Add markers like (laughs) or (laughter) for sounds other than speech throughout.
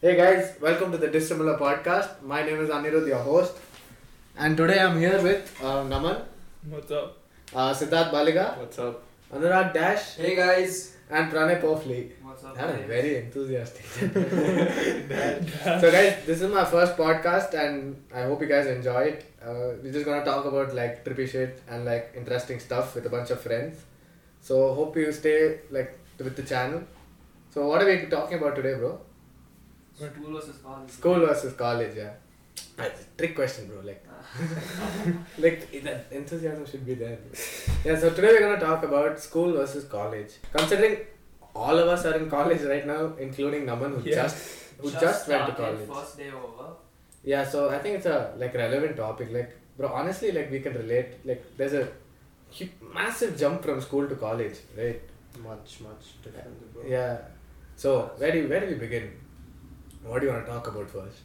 Hey guys, welcome to the Dissimilar podcast. My name is Anirudh, your host, and today I'm here with uh, Naman, What's up? uh, Siddharth Baliga, What's up? Anurag Dash, Hey guys. and Pranay Pofli. What's That is very enthusiastic. (laughs) so so guys, this is my first podcast, and I hope you guys enjoy it. Uh, we're just gonna talk about like trippy shit and like interesting stuff with a bunch of friends. So hope you stay like with the channel. So what are we talking about today, bro? School versus college. School versus college, yeah. That's a trick question, bro. Like, like that enthusiasm should be there. bro. Yeah. So today we're gonna talk about school versus college. Considering all of us are in college right now, including Naman who (laughs) Yeah. just who just, went to started, college. First day over. Yeah. So I think it's a like relevant topic. Like, bro, honestly, like we can relate. Like, there's a hu- massive jump from school to college, right? Much, much different, bro. Yeah. So where do you, where do we begin? What do you want to talk about first?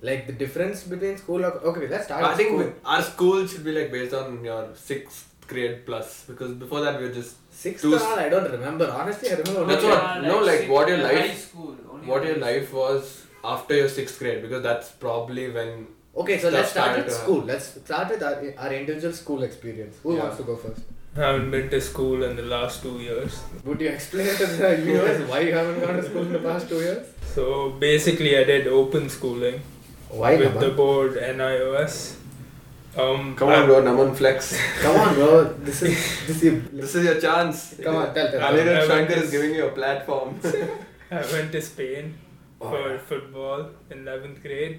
Like the difference between school. Or, okay, let's start. I with think school. we- our school should be like based on your sixth grade plus because before that we were just sixth two or s- all, I don't remember. Honestly, I remember. That's only- what- no, like, six- what your life- High school. Only what your high life was after your sixth grade because that's probably when Okay, so That let's start started with to school. Let's start with our, our individual school experience. Who Yeah. wants to go first? I haven't been to school in the last two years. Would you explain to the (laughs) viewers why you haven't gone to school in the past two years? So basically, I did open schooling Why, with the Naman? board NIOS. Um, come I- on bro Naman flex Come on, bro. This is this is. (laughs) this is your chance Come on, tell tell. Alright. Anirudh Naman Shankar is- is giving you a (laughs) platform I went to Spain Oh, for yeah. football in 11th grade.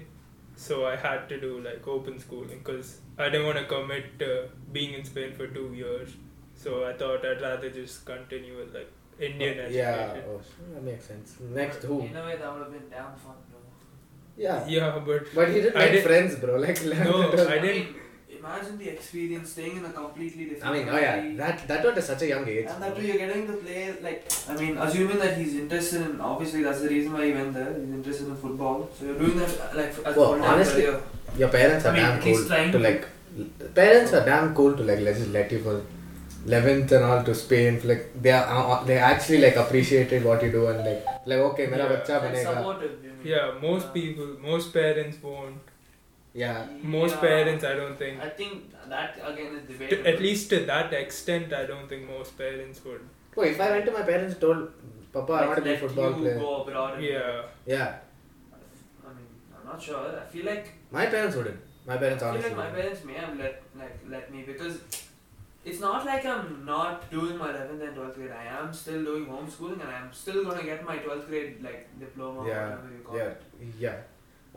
So I had to do like open schooling because I didn't want to commit to being in Spain for two years. So I thought I'd rather just continue with like Indian Yeah, education. oh, that makes sense. school. Next, But who? In a way, that would have been damn fun, bro. Yeah. Yeah, but But he didn't I make did- friends, bro. Like, (laughs) No, I didn't- mean, imagine the experience staying in a completely different. I mean, oh yeah, country. that that one is such a young age. and that too, you're getting the players like I mean, assuming that he's interested in obviously that's the reason why he went there. He's interested in football, so you're doing that uh, like f- as Well, a full-time honestly, career. Your parents are I mean, damn he's cool trying to to- like. Parents are damn cool to like. Let's just let you for eleventh and all to Spain. Like they are, uh, uh, they actually like appreciated what you do and like like okay, मेरा Yeah. बच्चा Like, बनेगा. supportive. you mean. yeah, most Uh, people, most parents won't. Yeah, Most Yeah. parents, I don't think. I think that again is To, debatable. at least to that extent, I don't think most parents would. well, Oh, if I went to my parents, told Papa I Like, want to be a let football you player. go abroad. and- Yeah, Yeah, I mean, I'm not sure. I feel like my parents wouldn't. My I parents feel honestly. like my wouldn't. parents may have let like let me because it's not like I'm not doing my 11th and 12th grade. I am still doing homeschooling and I'm still gonna get my 12th grade like diploma or Yeah, whatever you call Yeah, it. yeah.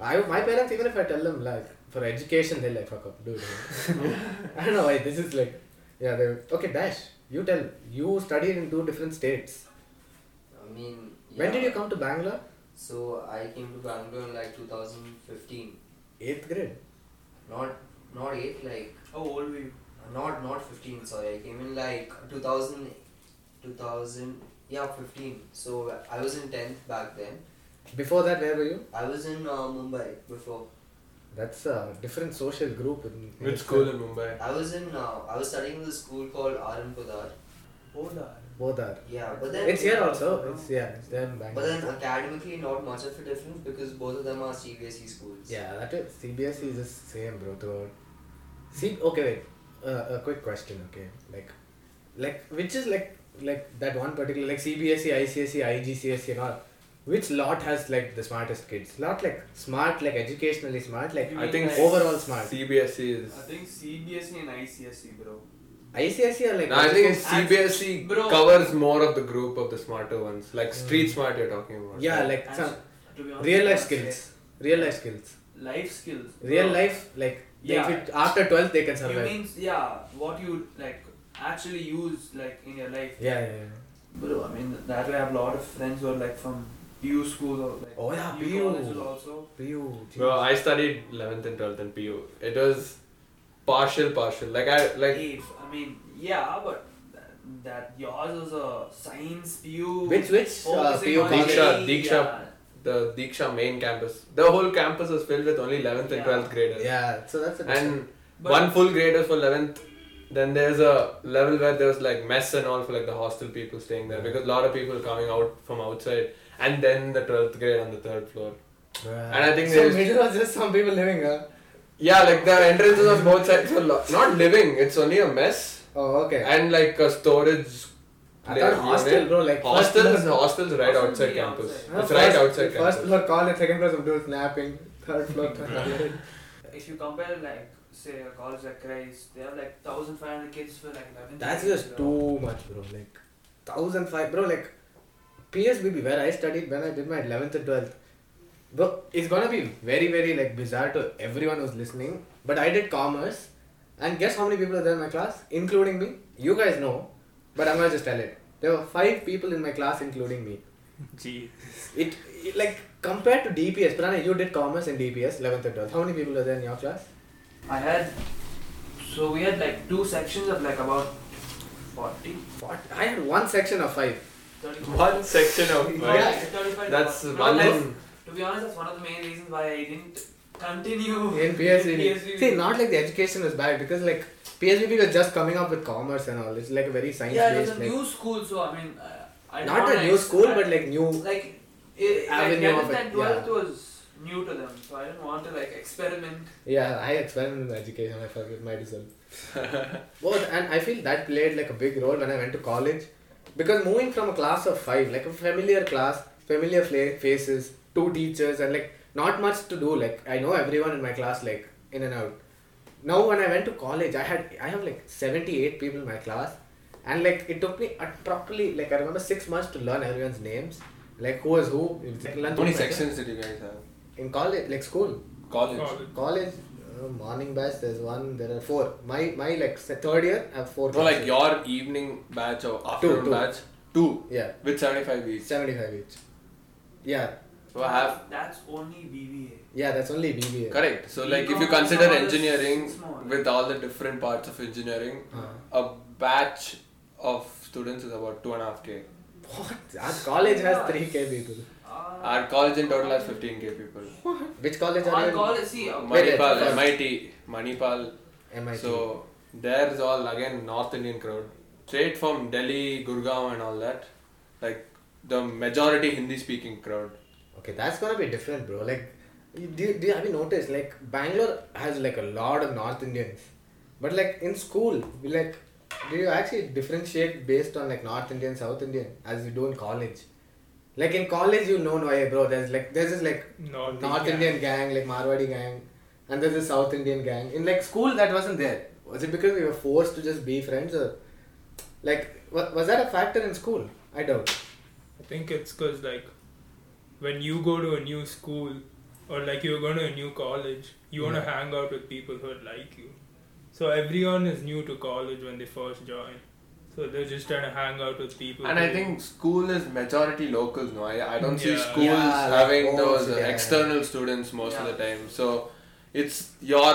I my parents even if I tell them like for education they like fuck up dude. (laughs) I don't know why this is like yeah they okay Dash you tell you studied in two different states. I mean, When did yeah. you come to Bangalore? So I came to Bangalore in like 2015. Eighth grade. Not not eight, like How old were you? not not 15. Sorry, I came in like 2000, 2000. Yeah, 15. So I was in 10th back then. Before that, where were you? I was in uh, Mumbai before. That's a different social group. In, in which itself. school in Mumbai I was in uh, I was studying with a school called Aran Podar. Old are. Both are. Yeah, but then It's here also. It's yeah. It's there in but Bangalore. then academically not much of a difference because both of them are CBSE E schools. yeah, that is CBSE is the same, bro. Throughout. See, okay, wait. Uh, a quick question, okay? Like, like which is like like that one particular like CBSE, ICSE, IGCSE, and all. Which lot has like the smartest kids? Not like smart, like educationally smart, like You I think mean, overall smart. CBSE is I think CBSE E and ICSE, bro. ICSE are like. No, I think education- CBSE Bro. covers more of the group of the smarter ones like street smart you're talking about Mm. yeah, like And some To be honest, real life I'd say skills. Real life skills. Life skills. Real bro. life, like they Yeah. fit- after 12th they can You survive. means yeah, what you like actually use like in your life. yeah, yeah, yeah. Bro, I mean that way I have a lot of friends who are like from PU school or like Oh, yeah, PU, PU. colleges also. PU. geez. Bro, I studied 11th and 12th in PU. It was partial, partial. Like I like If, I mean yeah, but that, that yours is a science PU. which which uh, focusing PU on college? Diksha, study, Diksha. yeah. the Diksha main campus. The whole campus was filled with only 11th and Yeah. 12th graders. Yeah, so that's a And But one full grader for 11th. Then there's a level where there's like mess and all for like the hostel people staying there because a lot of people coming out from outside. and then the 12th grade on the third floor. Bruh. And I think so there's- middle was just some people living, huh? Yeah, like the entrances on both sides were lo- not living, it's only a mess Oh, okay. and like a storage. I thought place hostel, unit. bro. Like Hostel first is floor- hostels right Hostel outside be campus. outside. Huh, It's right first- outside First campus. floor college, second floor some dudes napping, third (laughs) floor. toilet. If you compare like say a college like Christ, they have like thousand five hundred kids for like eleven. That's kids, just bro. too much, bro. Like thousand five, bro. Like PSBB, where I studied when I did my eleventh and twelfth, bro. It's gonna be very, very like bizarre to everyone who's listening. But I did commerce, and guess how many people are there in my class, including me. You guys know, but I'm gonna just tell it. There were five people in my class, including me. Gee. It, it like compared to DPS, Prana, you did commerce in DPS, eleventh and twelfth. How many people are there in your class? I had so we had like two sections of like about 40, What? I had one section of five. 30 One section of No, Yeah. like 35 That's no, one. that's- To be honest, that's one of the main reasons why I didn't continue (laughs) In (laughs) PSVB. See, not like the education was bad because like PSVB was just coming up with commerce and all. It's like a very science yeah, it was based. a like, new school, so I mean, uh, I don't not a wanna new ex- school, I- but like new. like it, like Avenue of 11th it, and 12th yeah. was new to them, so I didn't want to like experiment. Yeah, I experimented with education. I forget my result. Both, and I feel that played like a big role when I went to college, because moving from a class of five, like a familiar class, familiar fla- faces, two teachers, and like not much to do. Like I know everyone in my class, like in and out. Now when I went to college, I had I have like seventy eight people in my class, and like it took me a properly like I remember six months to learn everyone's names, like who was who. It's like learn How many things like sections did you guys have? that. in college, like school College. College. college uh, morning batch there's one there are four my my like se- third year i have four No, like classes. your evening batch or afternoon two. batch. Two. yeah With 75 each. 75 each yeah So half. That's only BBA. yeah that's only bba Correct. So like if you Econ consider is engineering small. Uh, with all the different parts of engineering, Uh-huh. a batch of students is about two and a half K. (laughs) what our college has 3k people Uh, Our college in total has 15K people. which college are you Our in? college, see, uh, Wait, wait, Manipal, first. MIT, Manipal. mit So there's all again North Indian crowd. Straight from Delhi, Gurgaon and all that. Like the majority Hindi speaking crowd. okay that's gonna be different bro like you- do, you- do you- have you noticed like bangalore has like a lot of north indians but like in school we like do you actually differentiate based on like north indian south indian as you do in college like in college you know no hey, bro there's like there's this like North, North Indian gang, like Marwadi gang, and there's a South Indian gang. In like school, that wasn't there. Was it because we were forced to just be friends, or like wa- was that a factor in school? I doubt. I think it's because like when you go to a new school or like you're going to a new college, you want to Yeah. hang out with people who are like you. So everyone is new to college when they first join. So they're just trying to hang out with people. And I who- think school is majority locals. No, I, I don't see Yeah. schools Yeah, like having most, those uh, yeah. external students most Yeah. of the time. So it's your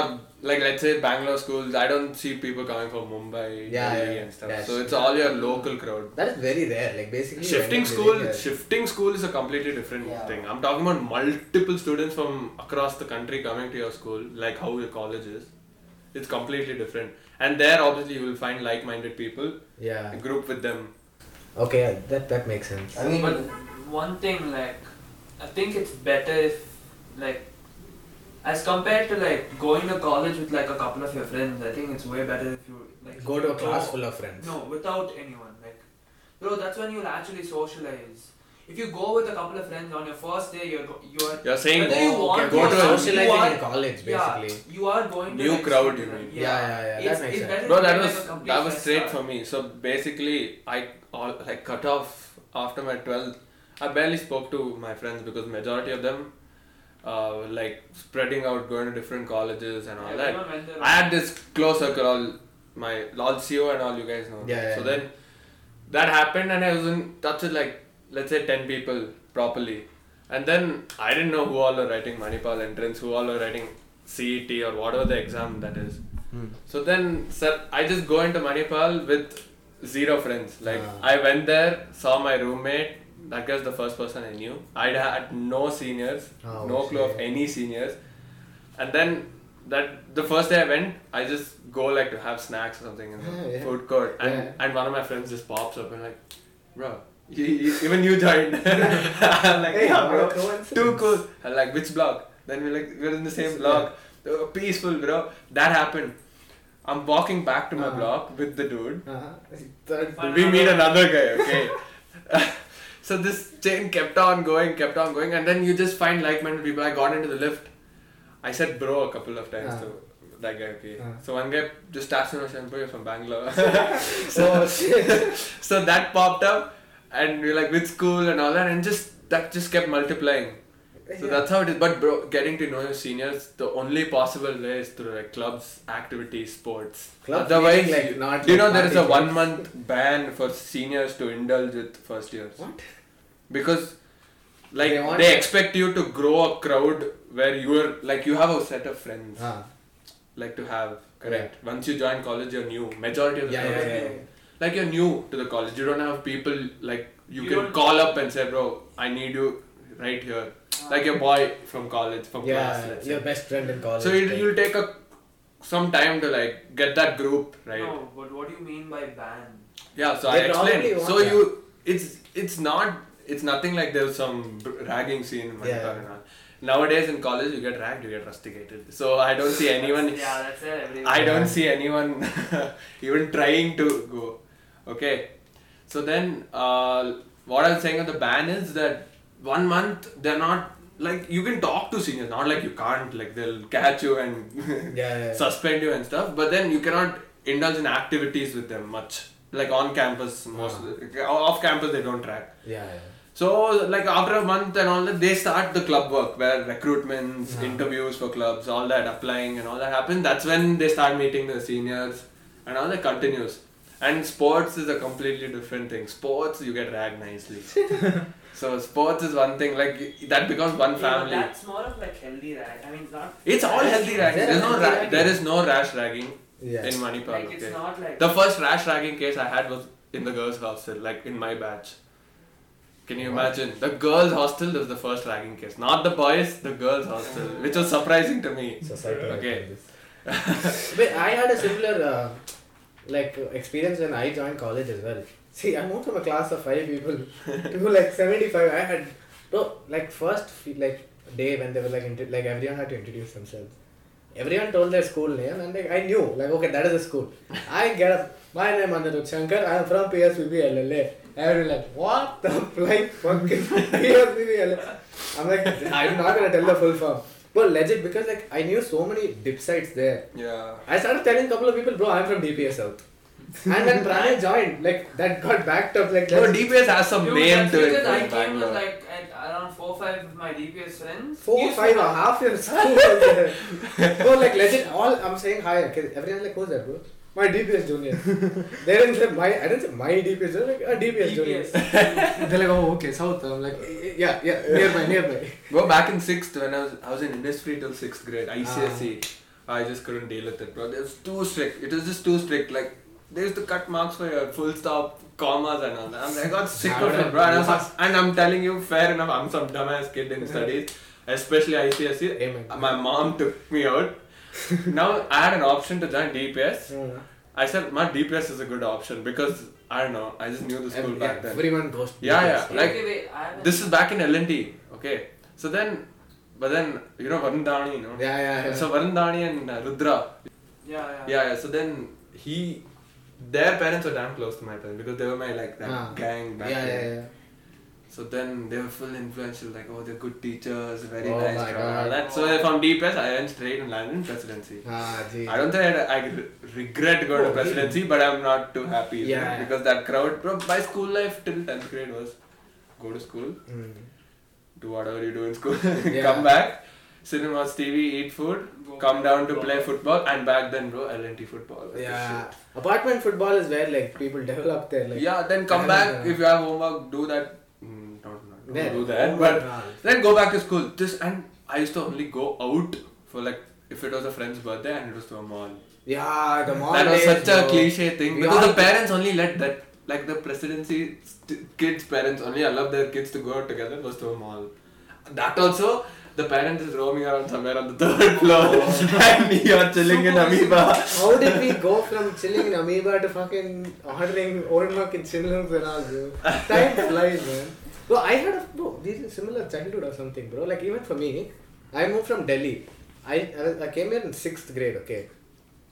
like let's say Bangalore schools. I don't see people coming from Mumbai, Yeah, Delhi, yeah. and stuff. That's- so it's all your local crowd. That is very rare. Like basically you Shifting end up school, living there. shifting school is a completely different Yeah. thing. I'm talking about multiple students from across the country coming to your school, like how your college is. It's completely different, and there obviously you will find like-minded people, Yeah. group with them. Okay, yeah, that that makes sense. I mean, But one thing, like, I think it's better if, like, as compared to like going to college with like a couple of your friends, I think it's way better if you like Go to a class No, full of friends. no, without anyone. Like, bro, that's when you'll actually socialize. If you go with a couple of friends on your first day, you're go- you're You're saying Whether you Oh, want okay, to go to or- socializing you are- in college basically. yeah, you are going to New like, crowd, socialize. you mean. Yeah, yeah, yeah, that It's, makes it's sense. better No, if that you get was a complete that was fresh straight start. for me. So basically, I all like cut off after my twelfth. I barely spoke to my friends because majority of them, uh, were, like spreading out, going to different colleges and all that. Everyone went there. uh, I had this close circle, all my all CO and all you guys know. Yeah, yeah, so yeah. then that happened, and I was in touch with like let's say ten people properly, and then I didn't know who all were writing Manipal entrance, who all were writing CET or whatever the exam that is. Hmm. So then, sir, I just go into Manipal with zero friends. Like Ah. I went there, saw my roommate. That guy's the first person I knew. I had no seniors, Oh, no clue of (laughs) shit. any seniors. And then that the first day I went, I just go like to have snacks or something in the Yeah, yeah. food court, and Yeah. and one of my friends just pops up and like, bro, You, you, even you (laughs) joined. I'm like, Hey, yeah, what a (laughs) bro. coincidence. Too cool. I'm like, which block? Then we're like, we're in the same block. Oh, peaceful, bro. That happened. I'm walking back to my Uh-huh. block with the dude. Uh-huh. Third- Fun. we meet another guy, okay? so this chain kept on going, kept on going, and then you just find like minded people. I got into the lift. I said bro a couple of times Ah. to that guy, okay? Ah. So one guy just taps me on shampoo, you're from Bangalore. (laughs) (laughs) Oh shit. so that popped up, and we are like, with school and all that, and just that just kept multiplying. So that's how it is. But bro, getting to know your seniors, the only possible way is through like clubs, activities, sports. Clubs Otherwise, meaning, like, not you know like there is a party clubs. one month ban for seniors to indulge with first years. What? Because like They they, want- expect you to grow a crowd where you're like you have a set of friends Ah. like to have correct. Once you join college, you're new. Majority of the Yeah, time, yeah, yeah, like you're new to the college. You don't have people like you, You can don't- call up and say, bro, I need you right here like your boy from college from class Yeah, let's your say. best friend in college. so it, like- you'll take a some time to like get that group right No, but what do you mean by ban? yeah so i They probably explained want so that. you it's it's not it's nothing like there's some br- ragging scene in Manipal Yeah. and all. nowadays in college you get ragged you get rusticated so i don't (laughs) see anyone yeah, that's it. Everyone. I don't see anyone (laughs) even trying to go. Okay. So then, uh, what I'm saying on the ban is that one month they're not like you can talk to seniors, not like you can't, like they'll catch you and (laughs) Yeah, yeah, yeah. suspend you and stuff, but then you cannot indulge in activities with them much. Like on campus, most of the, off campus they don't track. Yeah, yeah. So, like after a month and all that, they start the club work where recruitments, Yeah. interviews for clubs, all that, applying and all that happens. That's when they start meeting the seniors and all that continues. And sports is a completely different thing. Sports, you get ragged nicely. so, sports is one thing, like that becomes one family. that's more of like healthy rag. I mean, it's not. it's all healthy ragging. There There's are no healthy ra- ragging. there is no rash ragging Yeah. in Manipal. Like it's okay? not like. The first rash ragging case I had was in the girls' hostel, like in my batch. Can you imagine? The girls' hostel was the first ragging case, not the boys, the girls' hostel, which was surprising to me. Society. Okay. (laughs) Wait, I had a similar uh, like uh, experience when I joined college as well. See, I moved from a class of five people to like seventy-five. I had no like first fe- like day when they were like inter- like everyone had to introduce themselves. Everyone told their school name and like I knew like okay that is a school. I get up. My name Anirudh Shankar. I am from PSBB LLA. Everyone like what the (laughs) like fucking PSBB LLA. I'm like I'm not gonna tell the full form. But legit because like I knew so many dip sites there. Yeah. I started telling a couple of people, bro, I'm from DPS South. and when Pranay joined, like that got backed up like No, that. DPS has some Dude, name that's to it. because I came in with Bangalore. like at around four five of my DPS friends. Four, Used to five, a have- half years. Bro, like legit, all I'm saying hi. okay, Everyone's like, who's that, bro? My DPS junior. they didn't say my, I didn't say my DPS junior, like a DPS, junior. DPS. They're like, oh, okay, South. I'm like, eh, yeah, yeah, nearby, nearby. Bro, back in sixth when I was I was in industry till sixth grade, ICSE. E. I just couldn't deal with it, bro. It was too strict. It was just too strict. Like they used to cut marks for your full stop, commas and all that. I'm like, I got sick of it, bro. And, I was like- and I'm telling you, fair enough, I'm some dumbass kid in studies, especially ICSE. (laughs) Amen. E. Uh, My mom took me out. now I had an option to join DPS. Mm. I said my DPS is a good option because I don't know. I just knew the school Ev- yeah, back then. Everyone goes to Yeah, DPS. yeah, like- okay, wait, I have a- This is back in L&T, okay? So then, but then, you know, Varun Dhani, you know? Yeah, yeah, yeah. So Varun Dhani and uh, Rudra. Yeah, yeah. Yeah, yeah, so then he, their parents were damn close to my parents because they were my, like, that Ah. gang yeah, back yeah, then. yeah. So then they were full influential, like, oh, they're good teachers, very Oh nice, my crowd, and all God. that. So from DPS, I went straight and landed in presidency. Ah, gee. I don't think I'd, I re- regret going Oh, to really? presidency, but I'm not too happy you know, Yeah. because that crowd, bro, my school life till 10th grade was go to school, Mm. do whatever you do in school, (laughs) Yeah. come back, sit and watch TV, eat food, Go come play down to football. play football, and back then, bro, LNT football. What the Yeah. shit. Apartment football is where like people develop their like. yeah, then come I back don't know. if you have homework, do that. Mm, don't, don't Then- do that, Oh my but God. then go back to school. This and I used to only go out for like if it was a friend's birthday and it was to a mall. Yeah, the mall that was days, such a bro. cliche thing We because all- the parents only let that like the presidency st- kids parents only allowed their kids to go out together was to a mall that also the parent is roaming around somewhere on the (laughs) third floor, and you're chilling in amoeba. How did we go from chilling in Amoeba to fucking ordering Old Mac in Chinlungs and all, bro? Time flies, man. Bro, I had a bro, these are similar childhood or something, bro. Like, even for me, I moved from Delhi. I, I, I came here in sixth grade, okay?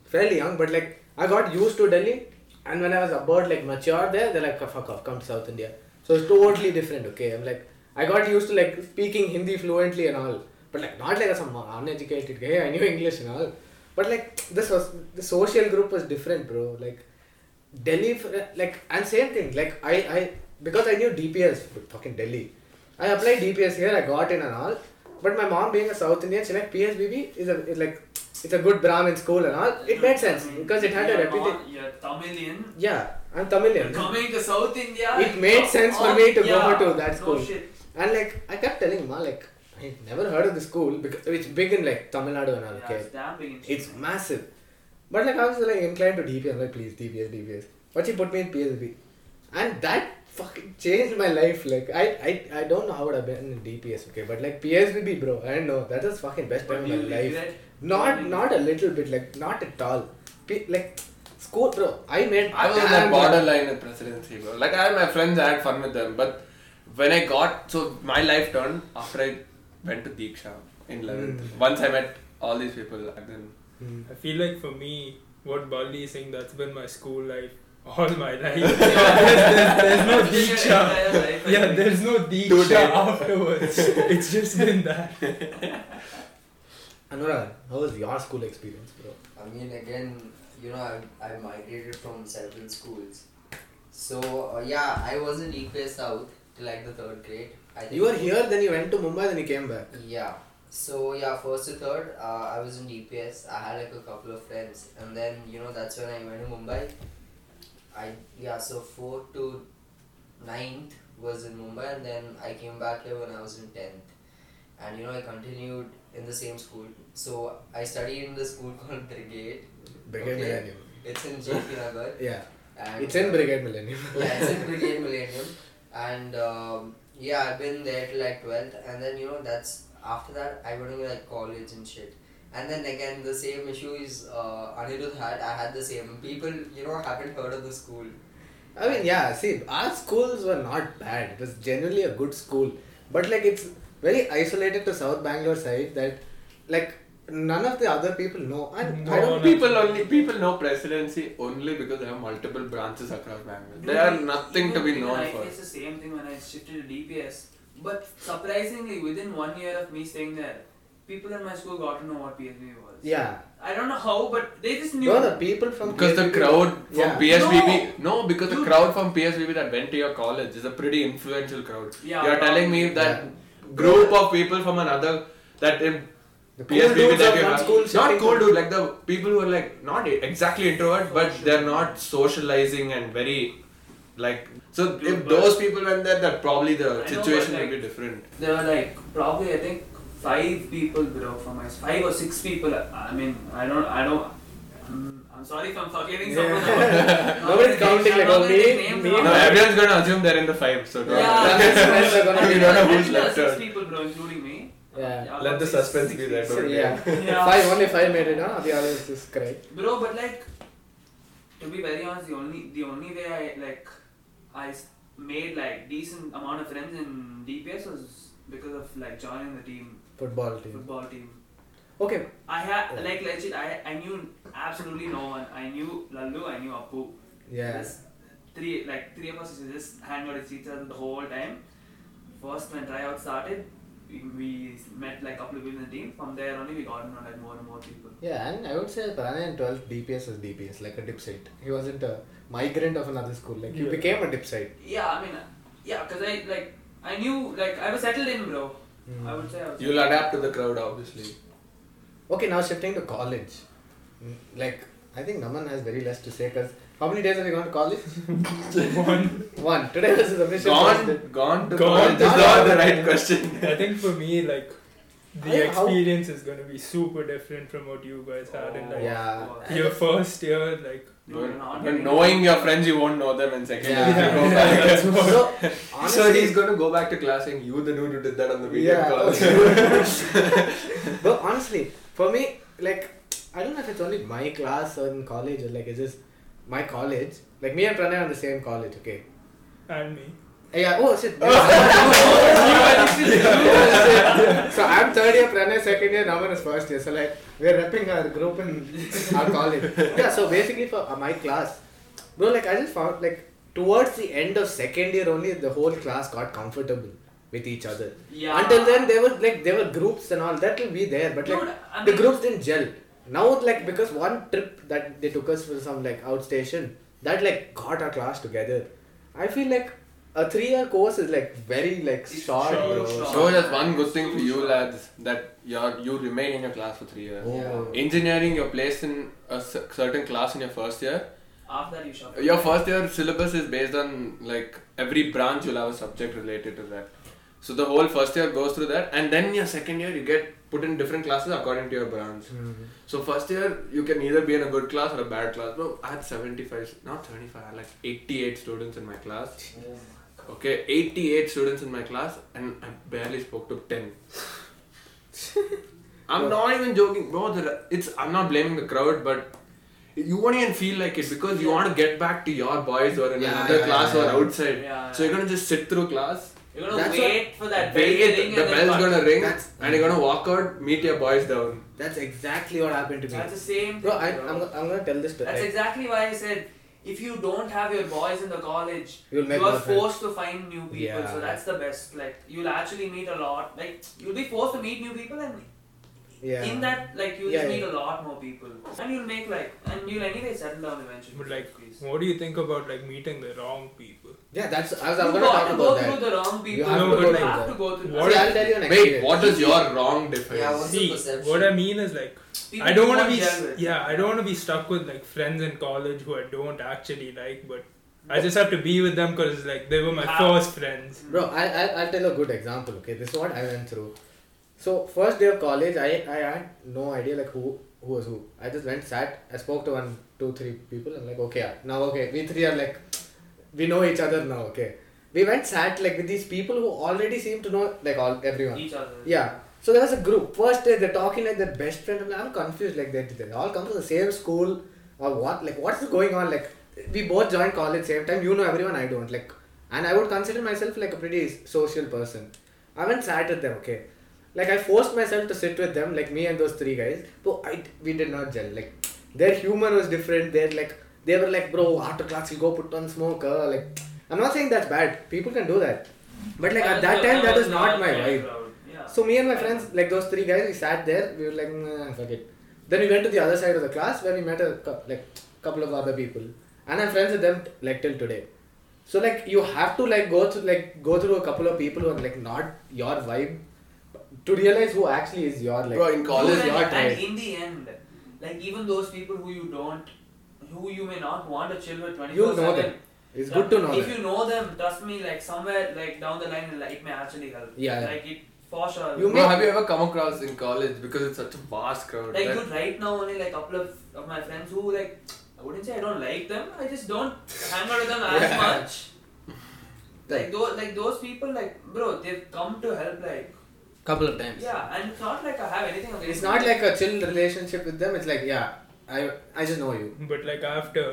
Fairly young, but like, I got used to Delhi. And when I was about like mature there, they're like, "Oh, fuck off, come to South India. So it's totally different, okay? I'm like, I got used to like speaking Hindi fluently and all. But like, not like some uneducated guy. I knew English and all. But like this was the social group was different, bro. Like Delhi, fr- like and same thing. Like I, I because I knew DPS, fucking Delhi. I applied DPS here. I got in and all. But my mom being a South Indian, she like PSBB is a is like it's a good Brahmin school and all. It made sense because it had a Mm-hmm. You're reputation. not- You're Tamilian. Yeah, I'm Tamilian. Coming to South India. It made sense for me to go yeah, to that school. No shit. And like I kept telling ma like I never heard of the school because it's big in like Tamil Nadu and all. Yeah, Okay, it's damn big in it's massive. But like I was like inclined to DPS. I'm like please DPS, DPS. But she put me in PSB, and that fucking changed my life. Like I I, I don't know how would I've been in DPS. Okay, but like PSBB, bro. I know that was fucking best But time of do my you life. regret (laughs) Not joining? not a little bit. Like not at all. P- like school, bro. I made. I was on damn that good- borderline with presidency, bro. Like I had my friends, I had fun with them, but when I got so my life turned after I went to Deeksha in eleventh. Mm. Once I met all these people, and then Hmm. I feel like for me, what Bali is saying, that's been my school life all my life. (laughs) there's, there's (laughs) no It's your Deeksha. entire life, I Yeah, think. there's no Deeksha Today. (laughs) afterwards. it's just been that. Anurag, how was your school experience, bro? I mean, again, you know, I, I migrated from several schools. So, uh, yeah, I was in Equay South till like the third grade. I think You were here, then you went to Mumbai, then you came back. Yeah. So yeah, first to third, uh, I was in DPS. I had like a couple of friends, and then you know that's when I went to Mumbai. I yeah, so fourth to ninth was in Mumbai, and then I came back here when I was in tenth, and you know I continued in the same school. So I studied in the school (laughs) called Brigade. Brigade Okay. Millennium. It's in JP Nagar. Yeah, and- uh, it's in Brigade Millennium. yeah, (laughs) it's in Brigade Millennium. And um, yeah, I've been there till like 12th, and then you know, that's after that, I went to like college and shit. And then again, the same issues uh, Anirudh had, I had the same. People, you know, haven't heard of the school. I mean, yeah, see, our schools were not bad. It was generally a good school. But, like, it's very isolated to South Bangalore side that, like, none of the other people know. And I No don't one people only people know presidency only because they have multiple branches across Bangalore. They are nothing to be Even known I for. faced the same thing when I shifted to DPS. But surprisingly, within one year of me staying there, people in my school got to know what PSB was. Yeah. I don't know how, but they just knew. No, the people from. Because the PSBB crowd from yeah. PSBB, no, because the Dude. crowd from PSBB that went to your college is a pretty influential crowd. Yeah, You're telling me that group of people from another that in The cool PSBB dudes that are you from have, school not shifting cool to- dude, like the people who are like not exactly introvert, but they're not socializing and very like. So Dude, if but- those people went there, that probably I know, the but situation will like- be different. There were like probably I think five people below from my five or six people. I mean I don't I don't. I'm, I'm sorry if I'm (laughs) forgetting someone. Yeah. I'm Nobody's not gonna counting like, take- I'm not oh, gonna me, take names, me. I'm No, not- everyone's gonna assume they're in the five, so don't. Yeah. That's right, Yeah. like, we don't know who's Actually, left there are out. Six people, bro, including me. Yeah. Yeah, Let the six- suspense be there, six- don't (laughs) Yeah. Yeah. Five, only five made it, huh? The others just cried. Bro, but like, to be very honest, the only the only way I like I s- made like decent amount of friends in DPS was because of like joining the team, Football team. football team. Okay, I had Yeah. like legit. I I knew absolutely no one. I knew Lalu. I knew Appu. yeah. This three like three of us used to just hang out with each other the whole time. First when tryout started, we, we met like a couple of people in the team. From there only we got to know like more and more people. Yeah, and I would say Pranay in 12th DPS was DPS, like a dipsite. He wasn't a migrant of another school, like he Yeah. became a dipsite. Yeah, I mean, uh, yeah, cause I like I knew like I was settled in, bro. I would say I was. (laughs) You'll adapt to the crowd, obviously. Okay, now shifting to college. Mm, Like, I think Naman has very less to say because how many days have you gone to (laughs) college? One, One. Today was his official first day. Gone, gone to Gone. college is Gone. not the right question. I think for me, like, the I- how- experience is gonna be super different from what you guys had in like Yeah. Oh, your first year. Like, You're not But getting- knowing your (laughs) friends, you won't know them in second year. Yeah. You go back. (laughs) so, honestly, (laughs) so he's going to go back to class saying, "You the dude who did that on the weekend Yeah. (laughs) call." (laughs) But honestly, for me, like, I don't know if it's only my class or in college or like it's just my college. Like, me and Pranay are in the same college, okay? And me. Yeah, oh shit. (laughs) (laughs) so I'm third year, Pranay second year, Naman is first year. So, like, we're repping our group in our college. Yeah, so basically for uh, my class, bro, like, I just found, like, towards the end of second year only, the whole class got comfortable with each other. Yeah. Until then, there were like there were groups and all that will be there, but like Dude, I the mean- groups didn't gel. Now, like because one trip that they took us for some like outstation that like got our class together. I feel like a three-year course is like very like It's short, short, bro. short. so that's one good thing for you lads that you're you remain in your class for three years. Oh. Engineering, you're placed in a cer- certain class in your first year. After that, you shop. Your first year syllabus is based on like every branch you'll have a subject related to that. So the whole first year goes through that, and then your second year you get put in different classes according to your branch. So first year you can either be in a good class or a bad class. Bro, I had seventy five, not seventy five, I had like eighty eight students in my class. Oh my God. Okay, eighty eight students in my class, and I barely spoke to ten. I'm not even joking, bro. The, it's I'm not blaming the crowd, but you won't even feel like it because you want to get back to your boys or in Yeah, another yeah, class yeah, or yeah. outside. Yeah, So you're gonna just sit through class, You're gonna That's wait for that bell wait, to ring the and then bell's cut. gonna ring, That's- and you're gonna walk out, meet your boys down. That's exactly what happened to me. That's the same. Bro, thing, I, I'm, go- I'm gonna tell this to That's like, exactly why I said if you don't have your boys in the college, You'll make you are more friends. forced to find new people. Yeah. So that's the best. Like you'll actually meet a lot. Like you'll be forced to meet new people, and yeah. in that, like you'll Yeah, just yeah. meet a lot more people, and you'll make like, and you'll anyway settle down eventually. But like, Please. what do you think about like meeting the wrong people? yeah, that's I was, you I'm gonna got talk to go about that. through the wrong people. have to go you through have that. to go through. What See, if- I'll tell you an Wait, experience. what is your wrong defense? Yeah, what's the See, perception? what I mean is like, People I don't want to who be aren't there. yeah I don't want to be stuck with like friends in college who I don't actually like but I just have to be with them because like they were my Ah. first friends Bro, I, I, I'll tell a good example, okay? This is what I went through. So, first day of college, I, I had no idea, like, who, who was who. I just went, sat, I spoke to one, two, three people, and like, okay, yeah, now, okay, we three are like, we know each other now, okay? We went, sat, like, with these people who already seem to know, like, all everyone. Each other. Yeah. So, there was a group. First day, they're talking like their best friend. I'm, like, I'm confused, like, they, they all come from the same school, or what? Like, what's going on? Like, we both joined college same time. You know everyone, I don't. Like, and I would consider myself like a pretty s- social person. I went sat with them, okay. Like I forced myself to sit with them, like me and those three guys. But I we did not gel. Like their humor was different. They're like they were like, bro, after class you'll go put on smoke. Uh, like I'm not saying that's bad. People can do that. But like at that time, that was not my vibe. Yeah. So me and my friends, like those three guys, we sat there. We were like, nah, fuck it. Then we went to the other side of the class where we met a cou- like couple of other people, and I'm friends with them t- like till today. So like you have to like go through like go through a couple of people who are like not your vibe to realize who actually is your like. Bro, in college, who is and, your and type. in the end, like even those people who you don't, who you may not want to chill with twenty You four know seven. them. It's good to know If that. you know them, trust me, like somewhere, like down the line, like, it may actually help. Yeah, yeah. Like it for sure. You Bro, may- have you ever come across in college because it's such a vast crowd? like that- dude, right now only like a couple of, of my friends who like I wouldn't say I don't like them. I just don't hang out with them as Yeah. (laughs) much. Like those, like those people, like bro, they've come to help. Like Couple of times. yeah, and it's not like I have anything against. It's not them. like a chill relationship with them. It's like yeah, I I just know you. but like I have to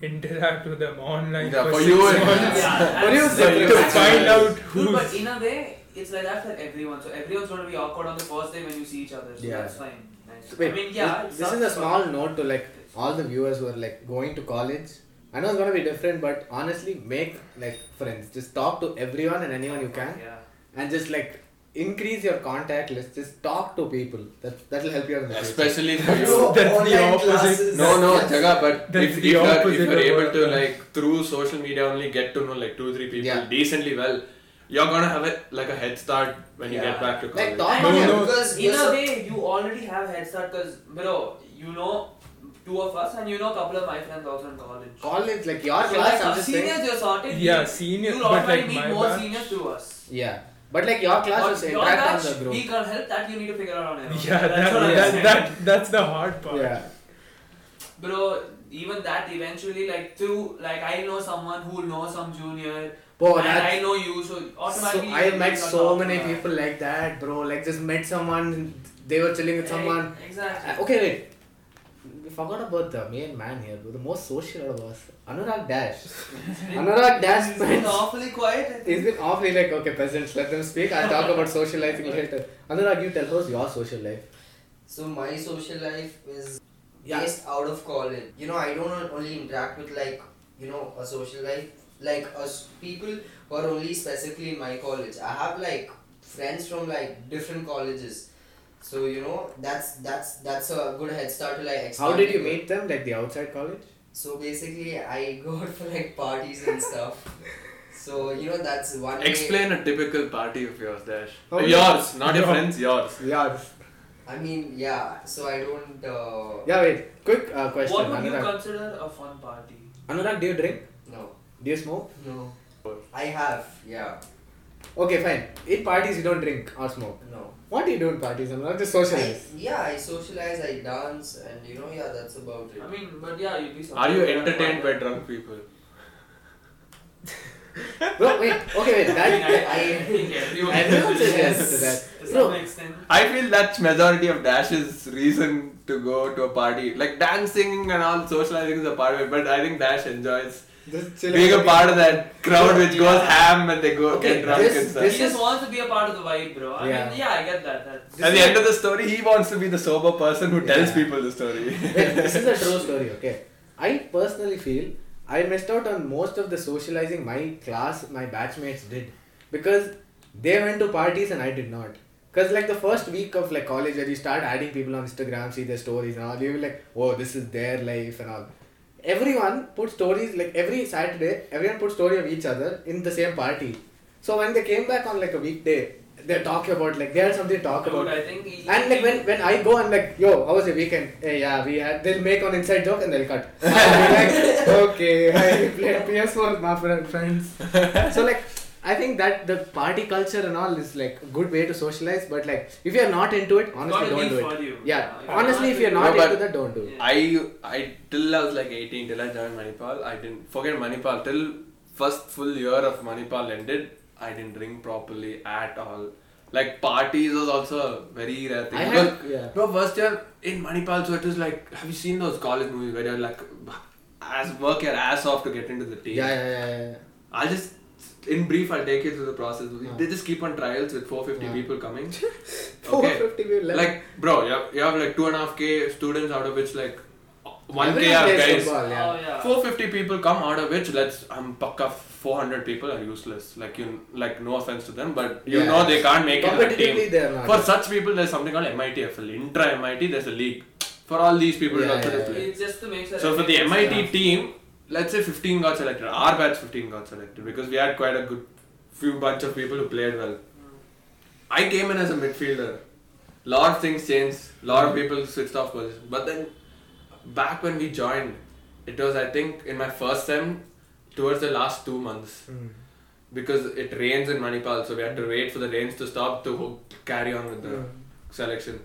interact with them online Yeah, for, for six you it- months yeah, What do you and- say? to find out Dude, who's but in a way, it's like that for everyone. So everyone's gonna be awkward on the first day when you see each other. So Yeah. that's fine. Nice. Wait, I mean, yeah. this, it this is a sucks, small but- note to like all the viewers who are like going to college. I know it's gonna be different, but honestly, make like friends. Just talk to everyone and anyone you can, Yeah. and just like increase your contact list. Just talk to people. That that'll help you out in the future. Especially for you. That's the opposite. No, no, Jaga, but That's if, if, the you're, if opposite you're of able what- to, like, through social media only get to know, like, two, three people Yeah. decently well, you're gonna have, a, like, a head start when you Yeah. get back to Like, college. talk No, to them. no. Because In you're a so- way, you already have head start because, bro, you know two of us and you know a couple of my friends also in college. College, like your So, class, like, I'm our just seniors, saying. you're sorted. yeah You- senior You'll but like automatically meet my more batch, seniors to us. Yeah, but like your Or class is your interact batch, on the group. we can't help that. You need to figure out on your own. yeah that, what I'm that, saying. that that's the hard part Yeah, Bro, even that eventually like through like I know someone who knows some junior Bro, and that's I know you so So automatically I you met guys are so talking many about it. people like that, bro. Like just met someone, they were chilling with Eh, someone. exactly Uh, Okay, wait. We forgot about the main man here, bro. The most social out of us, Anurag (laughs) Dash. Anurag Dash It's been spent. awfully quiet He's been awfully like, okay, peasants, let them speak. I'll talk about socializing later. Anurag, you tell us your social life. So my social life is Yeah. based out of college. You know, I don't only interact with like you know a social life like us people who are only specifically in my college. I have like friends from like different colleges. So you know that's that's that's a good head start to like. How expand did you people. meet them? Like the outside college? So basically, I (laughs) go out for like parties and stuff. So you know that's one. way- Explain a typical party of yours, Dash. Oh, yours, not your Yeah. friends, yours. Yeah. I mean, yeah. So I don't. Uh, Yeah, wait. Quick uh, question, what would you Anurag. consider a fun party Anurag, do you drink? No. Do you smoke? No. I have. Yeah. Okay, fine. In parties, you don't drink or smoke. No. What do you do in parties? Anurag? Just I, socialize. (laughs) yeah, I socialize, I dance, and you know, yeah, that's about it. I mean but yeah you do something Are you like that. entertained by drunk people? Bro, wait. Okay, wait. I mean, (laughs) That, (laughs) I, I think everyone everyone says yes to yes that. to some No. extent I feel that's majority of Dash's reason to go to a party. Like dancing and all socializing is a part of it, but I think Dash enjoys Just chill being a out. part of that crowd which goes Yeah. ham and they go Okay, get drunk this- and stuff. this he just is- wants to be a part of the vibe bro I Yeah. mean yeah I get that that's At the end of the story, he wants to be the sober person who tells Yeah. people the story. Wait, this is a true story, okay? I personally feel I missed out on most of the socializing my class, my batchmates did. Because they went to parties and I did not. Because like the first week of like college where you start adding people on Instagram, see their stories and all, you're like, oh, this is their life and all. Everyone put stories, like every Saturday, everyone put story of each other in the same party. So when they came back on like a weekday, they're talking about like they had something to talk Dude, about. I think he- And like when, when I go and like, yo, how was your weekend? Hey, yeah, we had. They'll make an inside joke and they'll cut. (laughs) I'll be like, okay, I played PS4 with my fr- friends. So like, I think that the party culture and all is like a good way to socialize. But like, if you're not into it, honestly, Got a don't need do it. for you. Yeah, If honestly, if you're No, not but- into that, don't do it. (laughs) I I till I was like 18 till I joined Manipal I didn't forget Manipal till first full year of Manipal ended I didn't drink properly at all like parties was also a very rare thing I Because- had, yeah. no first year in Manipal so it was like have you seen those college movies where you're like as work your ass off to get into the team Yeah, yeah, yeah, yeah. I'll just in brief I'll take you through the process Yeah. they just keep on trials with 450 Yeah. people coming (laughs) Four fifty people left. like, bro, you have, you have like two and a half k students out of which like one k Everyone are plays guys. Uh, football, yeah. oh yeah Four fifty people come out of which let's I'm pakka four hundred people are useless. Like you like no offense to them, but you Yeah. know they can't make it in a Competitively, team. they're not. For such people, there's something called MITFL, intra MIT. There's a league for all these people. Yeah, Yeah, also yeah, to yeah. play. It's just to make sure So for the everything's MIT done. team, let's say 15 got selected. Our batch 15 got selected because we had quite a good few bunch of people who played well. I came in as a midfielder. Lot of things changed. Lot of people switched off position. But then, back when we joined, it was I think in my first sem, towards the last two months, Mm. because it rains in Manipal, so we had to wait for the rains to stop to ho- carry on with the Mm. selection.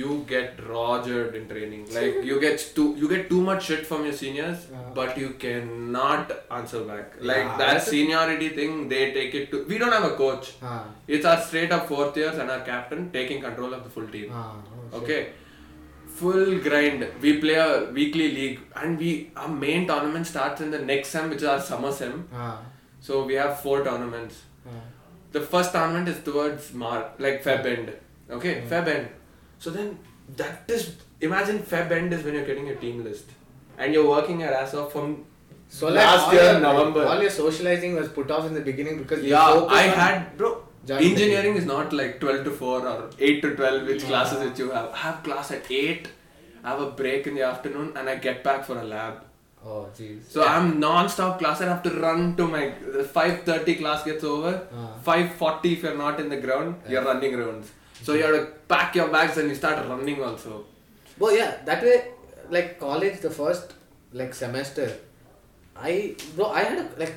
You get rogered in (laughs) training. Like you get too you get too much shit from your seniors, Yeah. but you cannot answer back. Like Yeah. that seniority thing, they take it to. We don't have a coach. Ah, It's our straight up fourth years and our captain taking control of the full team. ah, oh, shit. Okay. Full grind. We play a weekly league and we our main tournament starts in the next sem, which is our summer sem. Ah, So we have four tournaments. ah. The first tournament is towards Mar like Feb end. Okay, Feb end. So then that is imagine Feb end is when you're getting your team list. And you're working your ass off from So Last all year, your- November. All your socializing was put off in the beginning because you Yeah, focused I on- had bro. Join the engineering team. is not like twelve to four or eight to twelve, which classes that you have. I have class at eight. I have a break in the afternoon, and I get back for a lab. Oh jeez. So I'm non-stop class. I have to run to my five thirty class gets over. Ah. Five forty if you're not in the ground, you're running rounds. So you have to pack your bags and you start running also. Well, yeah, that way, like college, the first like semester, I bro, I had a, like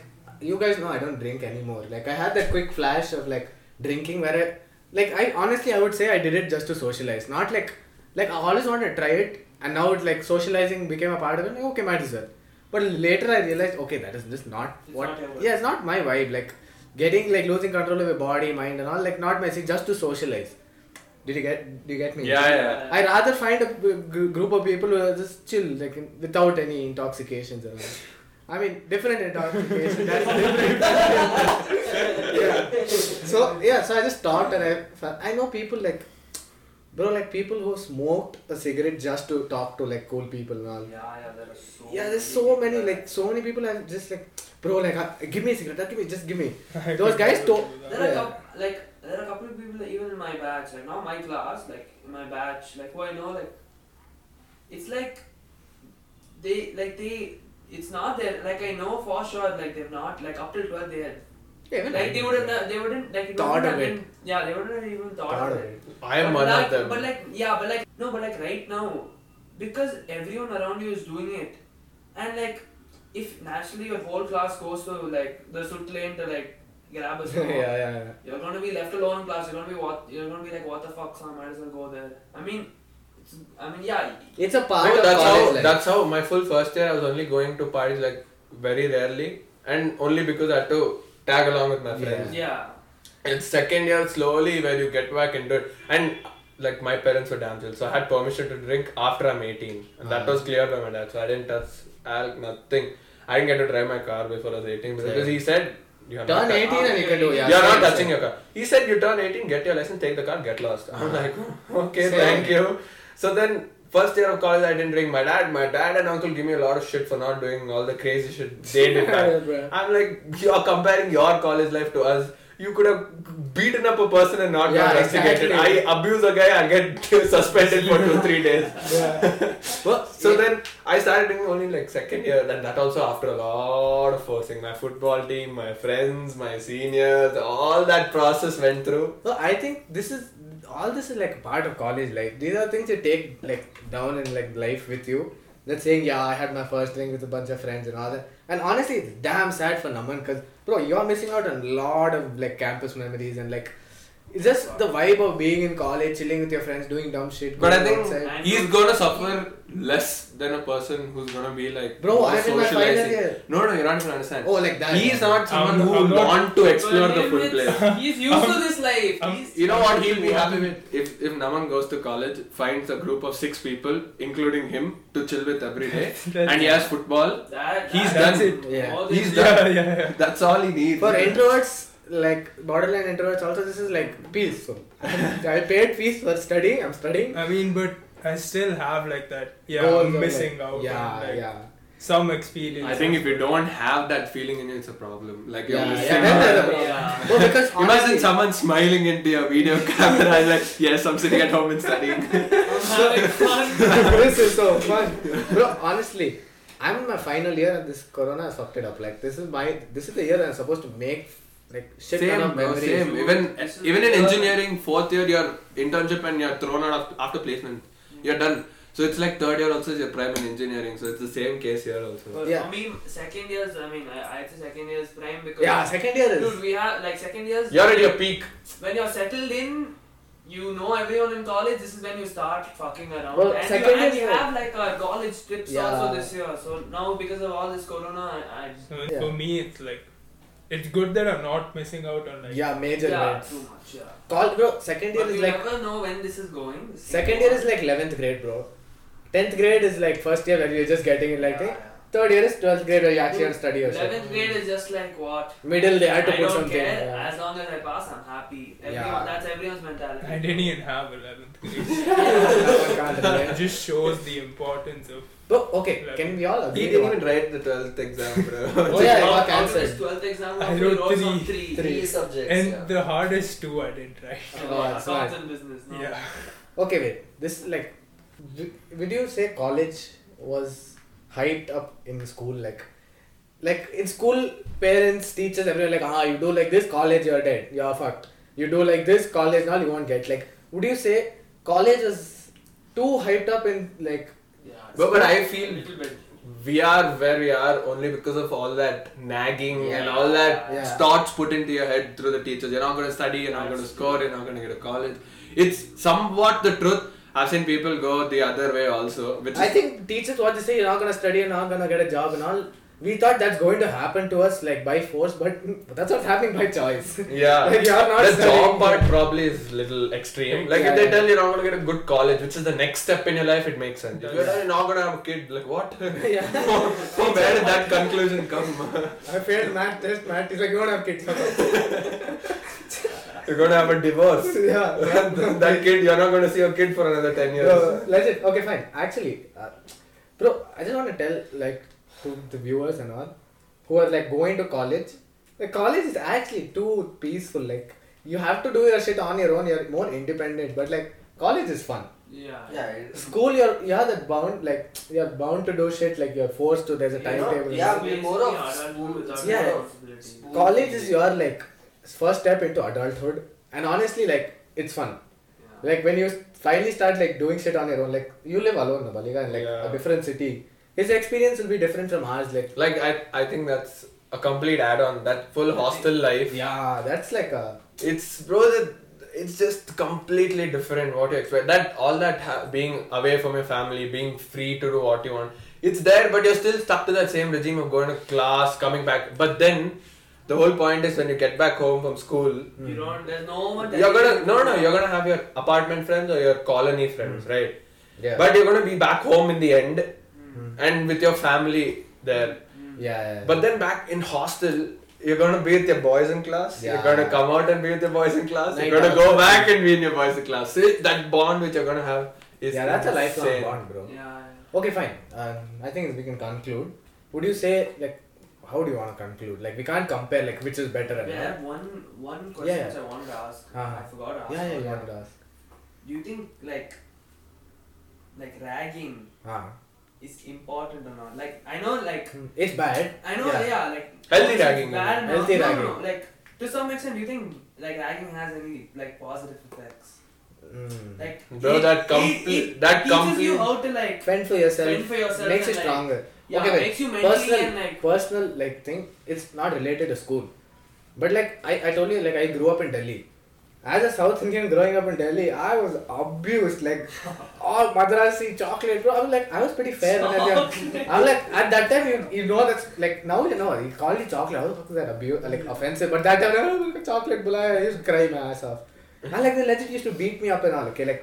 you guys know I don't drink anymore. Like I had that quick flash of like drinking where I like I honestly I would say I did it just to socialize, not like like I always wanted to try it. and now it like socializing became a part of it. Like, okay, might as well. But later I realized, okay, that is just not It's what. not your vibe. yeah, it's not my vibe. Like getting like losing control of your body, mind, and all. Like not my thing. Just to socialize. Did you get? Do you get me? Yeah, yeah. I rather find a g- gr- group of people who are just chill, like in- without any intoxications. Or I mean, different intoxication. That's different. yeah. So yeah, so I just thought, and I fe- I know people like, bro, like people who smoked a cigarette just to talk to like cool people and all. Yeah, yeah, there are so Yeah, there's so many people. like so many people are just like, bro, like uh, give me a cigarette, uh, give me, just give me. I Those could guys never don't- do that. There are a Yeah. couple, like there are a couple of people like, even in my batch, like not my class, like in my batch, like who I know, like it's like they like they it's not their like I know for sure like they've not like up till twelve they had Yeah, even like I they do. wouldn't have- they wouldn't like it Thought wouldn't of have been- yeah they wouldn't have even thought, Thought of of it. it. I am but one like, of them. But like, yeah, but like, no, but like right now, because everyone around you is doing it, and like, if naturally your whole class goes to like the soot lane to like grab a (laughs) yeah, smoke, yeah, yeah. you're gonna be left alone in class. You're gonna be what? You're gonna be like, what the fuck, son? Might as well go there. I mean, it's, I mean, yeah. It's a part No, of that's college how. life. That's how. My full first year, I was only going to parties like very rarely, and only because I had to tag along with my Yeah. friends. Yeah. And second year, slowly where you get back into it, and like my parents were damn chill, so I had permission to drink after I'm 18, and that Ah. was clear by my dad. So I didn't touch alcohol, nothing. I didn't get to drive my car before I was 18 because Yeah. he said you have Turn not- 18 and you can do yeah. you are not same, touching same. Uh-huh. your car. He said, You turn 18, get your license, take the car, get lost. I'm like, "Oh, Okay, Same. thank you. So then, first year of college, I didn't drink. My dad, my dad and uncle give me a lot of shit for not doing all the crazy shit they (laughs) did. Yeah, back. bruh. I'm like, You're comparing your college life to us. You could have beaten up a person and not Yeah, got investigated. exactly. I abuse a guy and get (laughs) suspended for two, three days. (laughs) Well, so Yeah. then I started doing only like second year, and that also after a lot of forcing. My football team, my friends, my seniors, all that process went through. So I think this is all this is like part of college life. These are things you take like down in like life with you. That saying, yeah, I had my first drink with a bunch of friends and all that. And honestly, it's damn sad for Naman because bro, you're missing out on a lot of like campus memories and like it's just the vibe of being in college, chilling with your friends, doing dumb shit. But I going think outside. outside. he's gonna suffer less than a person who's gonna be like Bro, more I'm in my final socializing. year. No, no, you're not gonna understand. Oh, like that. He's not someone I'm- who I'm not- want to explore the But full him, place. Um, it's- He's used to this life. I'm- He's, You know what he'll be happy with? If if Naman goes to college, finds a group of six people, including him, to chill with every (laughs) day, That's- and he has football. that, He's that, done. That's it. Yeah. all He's this- done. Yeah, yeah, yeah. That's all he needs. For introverts, like borderline introverts, also this is like peace. So I paid fees for studying. I'm studying. I mean, but I still have like that. Yeah, Goals I'm are, missing like, out. Yeah, on, like, yeah. Some experience. I think if you don't have that feeling in you, it's a problem. Like you're Yeah, missing (laughs) yeah, then out. there's a problem. Yeah. Well, because honestly, Imagine someone smiling into your video (laughs) camera and like, yes, I'm sitting at home and studying. I'm having (laughs) fun. this is so fun, bro. Honestly, I'm in my final year and this corona has fucked it up. Like this is my this is the year I'm supposed to make like shit ton same, of bro, memories. same. Even This is (laughs) even in the- engineering, fourth year, your internship and you're thrown out of- after placement. You're done. So it's like third year also is your prime in engineering. So it's the same case here also. But Yeah. for me, second year's, I mean, I, I'd say second year's prime because. Yeah, second year is. Dude, we have, like, second year's. You're at your peak. When you're settled in, you know everyone in college, this is when you start fucking around. Well, and second you, and year- you have, like, our college trips Yeah. also this year. So now, because of all this corona, I. I So Yeah. for me, it's like it's good that I'm not missing out on like. Yeah, major. yeah, Yeah. too much, yeah. Call bro. Second year But is you like never know when this is going. This thing second goes year on. is like eleventh grade, bro. Tenth grade is like first year where you're just getting it like Yeah, that. yeah. Third year is twelfth grade where you actually have to study or shit. 11th grade is just like what? Middle they had to I put don't something. care. yeah. (laughs) As long as I pass, I'm happy. Everyone, Yeah. That's everyone's mentality. I didn't even have 11th grade. I can't it relate. just shows the importance of. Bro, okay, can we all agree? He to didn't one- even write the 12th exam, bro. (laughs) Oh yeah, it Out- got out of cancelled. this 12th exam, I I wrote wrote three. three. three. Three subjects. And yeah. the hardest two I didn't write. Oh, Oh, that's accounts nice. and business. No. Yeah. Okay, wait. This is like, d- would you say college was hyped up in school? Like, like in school, parents, teachers, everyone like, ah, you do like this, college, you're dead, you're fucked. You do like this, college, now you won't get. Like, would you say college was too hyped up in like? Yeah, it's But, but I a feel little bit. we are where we are only because of all that nagging and Yeah. all that Yeah. thoughts put into your head through the teachers. You're not going to study, you're not going to Absolutely. score, you're not going to get a college. It's somewhat the truth. I've seen people go the other way also, which I is- think teachers what they say you're not gonna study, you're not gonna get a job and all. We thought that's going to happen to us like by force, but that's not happening by choice. (laughs) Yeah. Like, you're not Uh, the studying. job part probably is little extreme. Like Yeah, if they yeah. tell you you're not gonna get a good college, which is the next step in your life, it makes sense. If Yeah. you're not gonna have a kid, like what? (laughs) yeah. From (laughs) where did that conclusion (laughs) come? I failed math test, math is like you don't have kids. you're gonna have a divorce. (laughs) yeah. that kid, you're not gonna see your kid for another ten years. No, legit. Okay, fine. Actually, uh, bro, I just want to tell like to the viewers and all who are like going to college. The college is actually too peaceful. Like you have to do your shit on your own. You're more independent, but like college is fun. Yeah. Yeah, it- School, you're you're that bound. Like you're bound to do shit. Like you're forced to. There's a You know, timetable. yeah, It's we're basically more of adulthood school- without yeah. responsibility. School- College is your like first step into adulthood, and honestly, like it's fun. Yeah. Like when you finally start like doing shit on your own, like you live alone, na, Balika, in like Yeah. a different city. His experience will be different from ours. Like Like I, I think that's a complete add-on. That full hostel life. yeah, that's like a It's bro. that- It's just completely different what you expect. That all that ha- being away from your family, being free to do what you want. It's there, but you're still stuck to that same regime of going to class, coming back. But then, the whole point is when you get back home from school, hmm, You don't. There's no one. you're gonna telling no you no what- you're gonna have your apartment friends or your colony friends, right? yeah. But you're gonna be back home in the end Mm. and with your family there. Mm. Hmm. yeah, yeah. But then back in hostel, you're gonna be with your boys in class. You're Yeah. gonna come out and be with your boys in class. Night you're gonna out. go back and be in your boys in class. See, that bond which you're gonna have is yeah, that's a lifelong insane. bond, bro. Yeah. Okay, fine. Um, I think we can conclude. Would you say like how do you want to conclude? Like we can't compare like which is better yeah. and Wait, I all. have one one question Yeah. which I wanted to ask. Uh-huh. I forgot to ask. Yeah, yeah, you wanted to ask. Do you think like like ragging Ah. is important or not? Like I know like Hmm, It's bad. I know Yeah. yeah, like Healthy it's ragging, Bad I mean. no, Healthy no, ragging. No, like to some extent, do you think like ragging has any like positive effects? Mm. Like Bro, it, that it, complete- it that teaches you complete- how to like Fend for yourself. fend for yourself Makes you and, like, stronger. yeah Okay, wait. makes you mentally and personal (laughs) like personal like thing it's not related to school but like I, I told you like i grew up in delhi as a south indian growing up in delhi i was abused like (laughs) all madrasi chocolate bro i was like i was pretty fair when I (laughs) was young. i'm like at that time you, you know that's like now you know you call it chocolate how the fuck is that abuse like offensive but that time (laughs) "Oh, chocolate bulaya i used to cry my ass off and like they legit used to beat me up and all okay like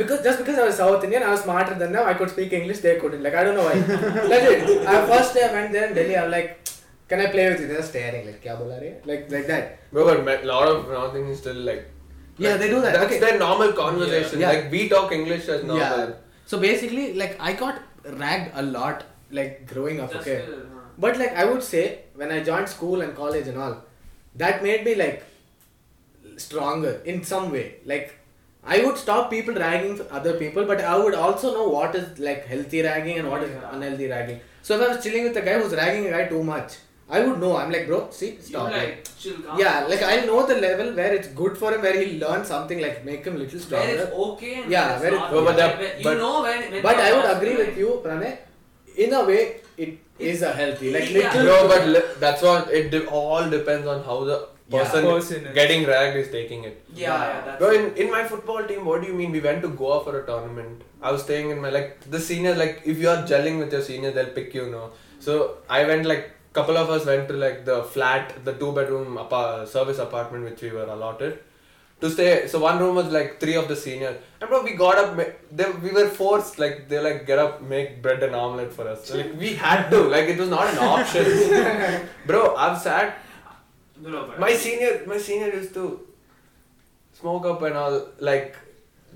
because just because I was South Indian, I was smarter than them. I could speak English, they couldn't. Like I don't know why. (laughs) Legit. I first day I went there in Delhi. I'm like, can I play with you? They're staring like, kya bola rahe? hai?" Like like that. Bro, but ma- lot of now things still like. Yeah, like, they do that. That's Okay. their normal conversation. Yeah. Like we talk English as normal. So basically, like I got ragged a lot, like growing up. just okay. uh, huh. But like I would say, when I joined school and college and all, that made me like stronger in some way. Like I would stop people ragging for other people, but I would also know what is like healthy ragging and what is Yeah. unhealthy ragging. So if I was chilling with a guy who's ragging a guy too much, I would know. I'm like, bro, see, you stop. Like, like chill calm. yeah, like I know the level where it's good for him, where he learns something, like make him little where stronger. it's okay and Yeah, where where it- it's not No, but okay. that- Where- you but- know when, when But you're I would not agree doing with it. you, Pranay. In a way, it is a healthy, like Yeah. little. No, but li- that's what it de- all depends on how the Yeah. person, Person is- getting ragged is taking it. yeah, yeah that's Bro, in, in my football team, what do you mean? We went to Goa for a tournament. I was staying in my like the senior like if you are gelling with your senior, they'll pick you. No, so I went like couple of us went to like the flat, the two bedroom apa- service apartment which we were allotted to stay. So one room was like three of the senior, and bro, we got up. ma- They, we were forced like they like get up, make bread and omelette for us. So, like we had to. Like it was not an option. bro, I've sat No, but- my senior, my senior used to smoke up and all like.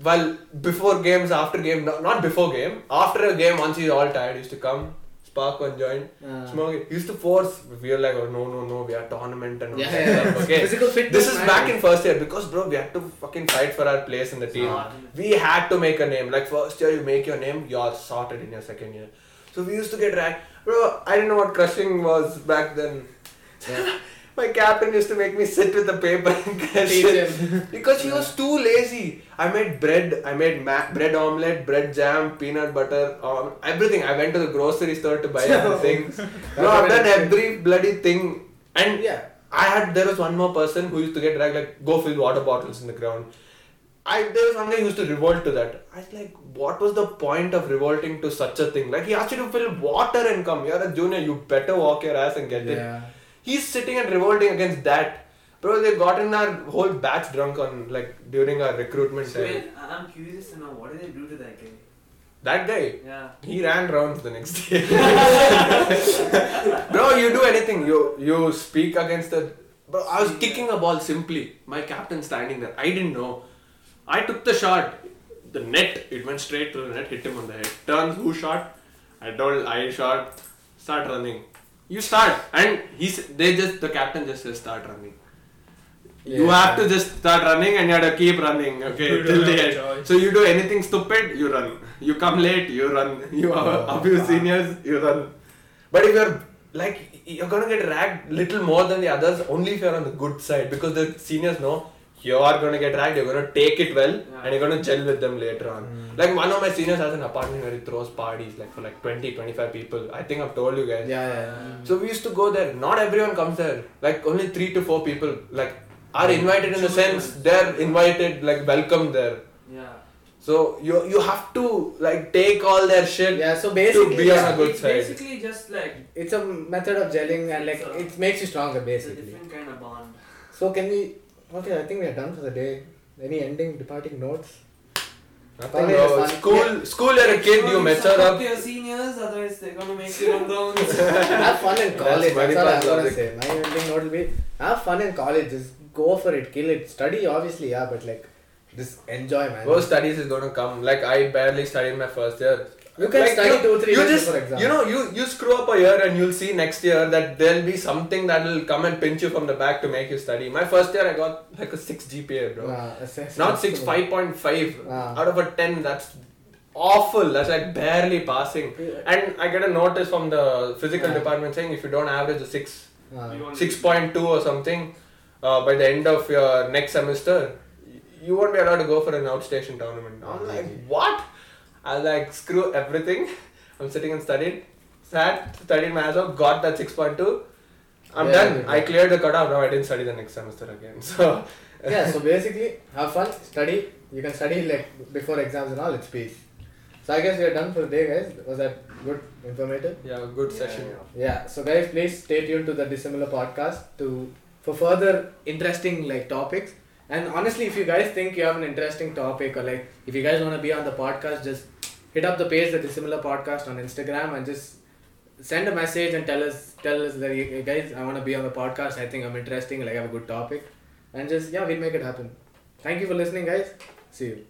Well, before games, after game, no, not before game, after a game, once he's all tired, used to come, spark one joint, Uh. smoke it. He used to force, we were like, oh no, no, no, we are tournament and all Yeah, that yeah. stuff, okay. Physical fitness This is back matters. in first year because, bro, we had to fucking fight for our place in the team. Sorted. We had to make a name. Like, first year, you make your name, you're sorted in your second year. So we used to get ragged. Bro, I didn't know what crushing was back then. (laughs) My captain used to make me sit with the paper and (laughs) crush Teach it. him. (laughs) because he was too lazy. I made bread, I made ma- bread omelette, bread jam, peanut butter, um, everything. I went to the grocery store to (laughs) buy everything. Bro, I've done every bloody thing. And Yeah. I had there was one more person who used to get dragged like go fill water bottles in the ground. I there was somebody who used to revolt to that. I was like, what was the point of revolting to such a thing? Like he asked you to fill water and come. You're a junior. You better walk your ass and get it. yeah. He's sitting and revolting against that. Bro, they've gotten our whole batch drunk on like during our recruitment So time. wait, I- I'm curious to know what did they do to that guy? That guy, Yeah. he ran rounds the next (laughs) day. Bro, you do anything. You you speak against the. Bro, I was kicking a ball simply. My captain standing there. I didn't know. I took the shot. The net. It went straight to the net. Hit him on the head. Turns. Who shot? I told. I shot. Start running. You start. And he. s- They just. The captain just says start running. You Yeah. have to just start running and you have to keep running, (laughs) okay, You till don't the have end. a choice. So you do anything stupid, you run. You come late, you run. You Oh, (laughs) abuse wow. seniors, you run. But if you're like you're gonna get ragged little more than the others only if you're on the good side because the seniors know you are gonna get ragged, you're gonna take it well Yeah. and you're gonna gel with them later on. Mm. Like one of my seniors has an apartment where he throws parties like for like 20, 25 people. I think I've told you guys. Yeah, yeah. So we used to go there. Not everyone comes there. Like only three to four people like are invited in the sense they're invited like welcome there. Yeah. So you you have to like take all their shit. Yeah, so to be basically, on a good it's side. basically just like it's a method of gelling and like It's a- it makes you stronger it's a basically. different kind of bond. So can we? Okay, I think we are done for the day. Any ending, departing notes? Nothing, bro. School school you're a kid you mess Support up. your seniors, otherwise they're gonna make you run down. (laughs) have fun in That's college. very That's, all I'm fast gonna logic. say. My ending note will be: have fun in college. Just go for it, kill it. Study, obviously, yeah, but like just enjoy, man. Worst studies is gonna come. Like I barely studied my first year. You can Like, study you know, two, three you years just, before exam. You know, you, you screw up a year and you'll see next year that there'll be something that'll come and pinch you from the back to make you study. My first year I got like a six GPA, bro. Nah, (laughs) assess- Not six, five point five Ah. out of a ten. That's awful. That's like barely passing. And I get a notice from the physical Yeah. department saying if you don't average a six, Ah. You won't- six point two or something, uh, by the end of your next semester, y- you won't be allowed to go for an outstation tournament. I'm like, what? I like screw everything. (laughs) I'm sitting and studied, sat, studied my ass off, got that six point two. I'm Yeah, done. yeah, yeah. I cleared the cutoff. Now I didn't study the next semester again. (laughs) So. yeah, so basically, have fun, study. You can study like before exams and all. It's peace. So I guess we are done for the day, guys. Was that good, informative? Yeah, good Yeah, session. yeah. Yeah. So guys, please stay tuned to the Dissimilar podcast to for further interesting like topics. And honestly, if you guys think you have an interesting topic or like if you guys want to be on the podcast, just hit up the page the Dissimilar podcast on Instagram and just send a message and tell us tell us that you guys I want to be on the podcast. I think I'm interesting. Like I have a good topic, and just yeah, we'll make it happen. Thank you for listening, guys. See you.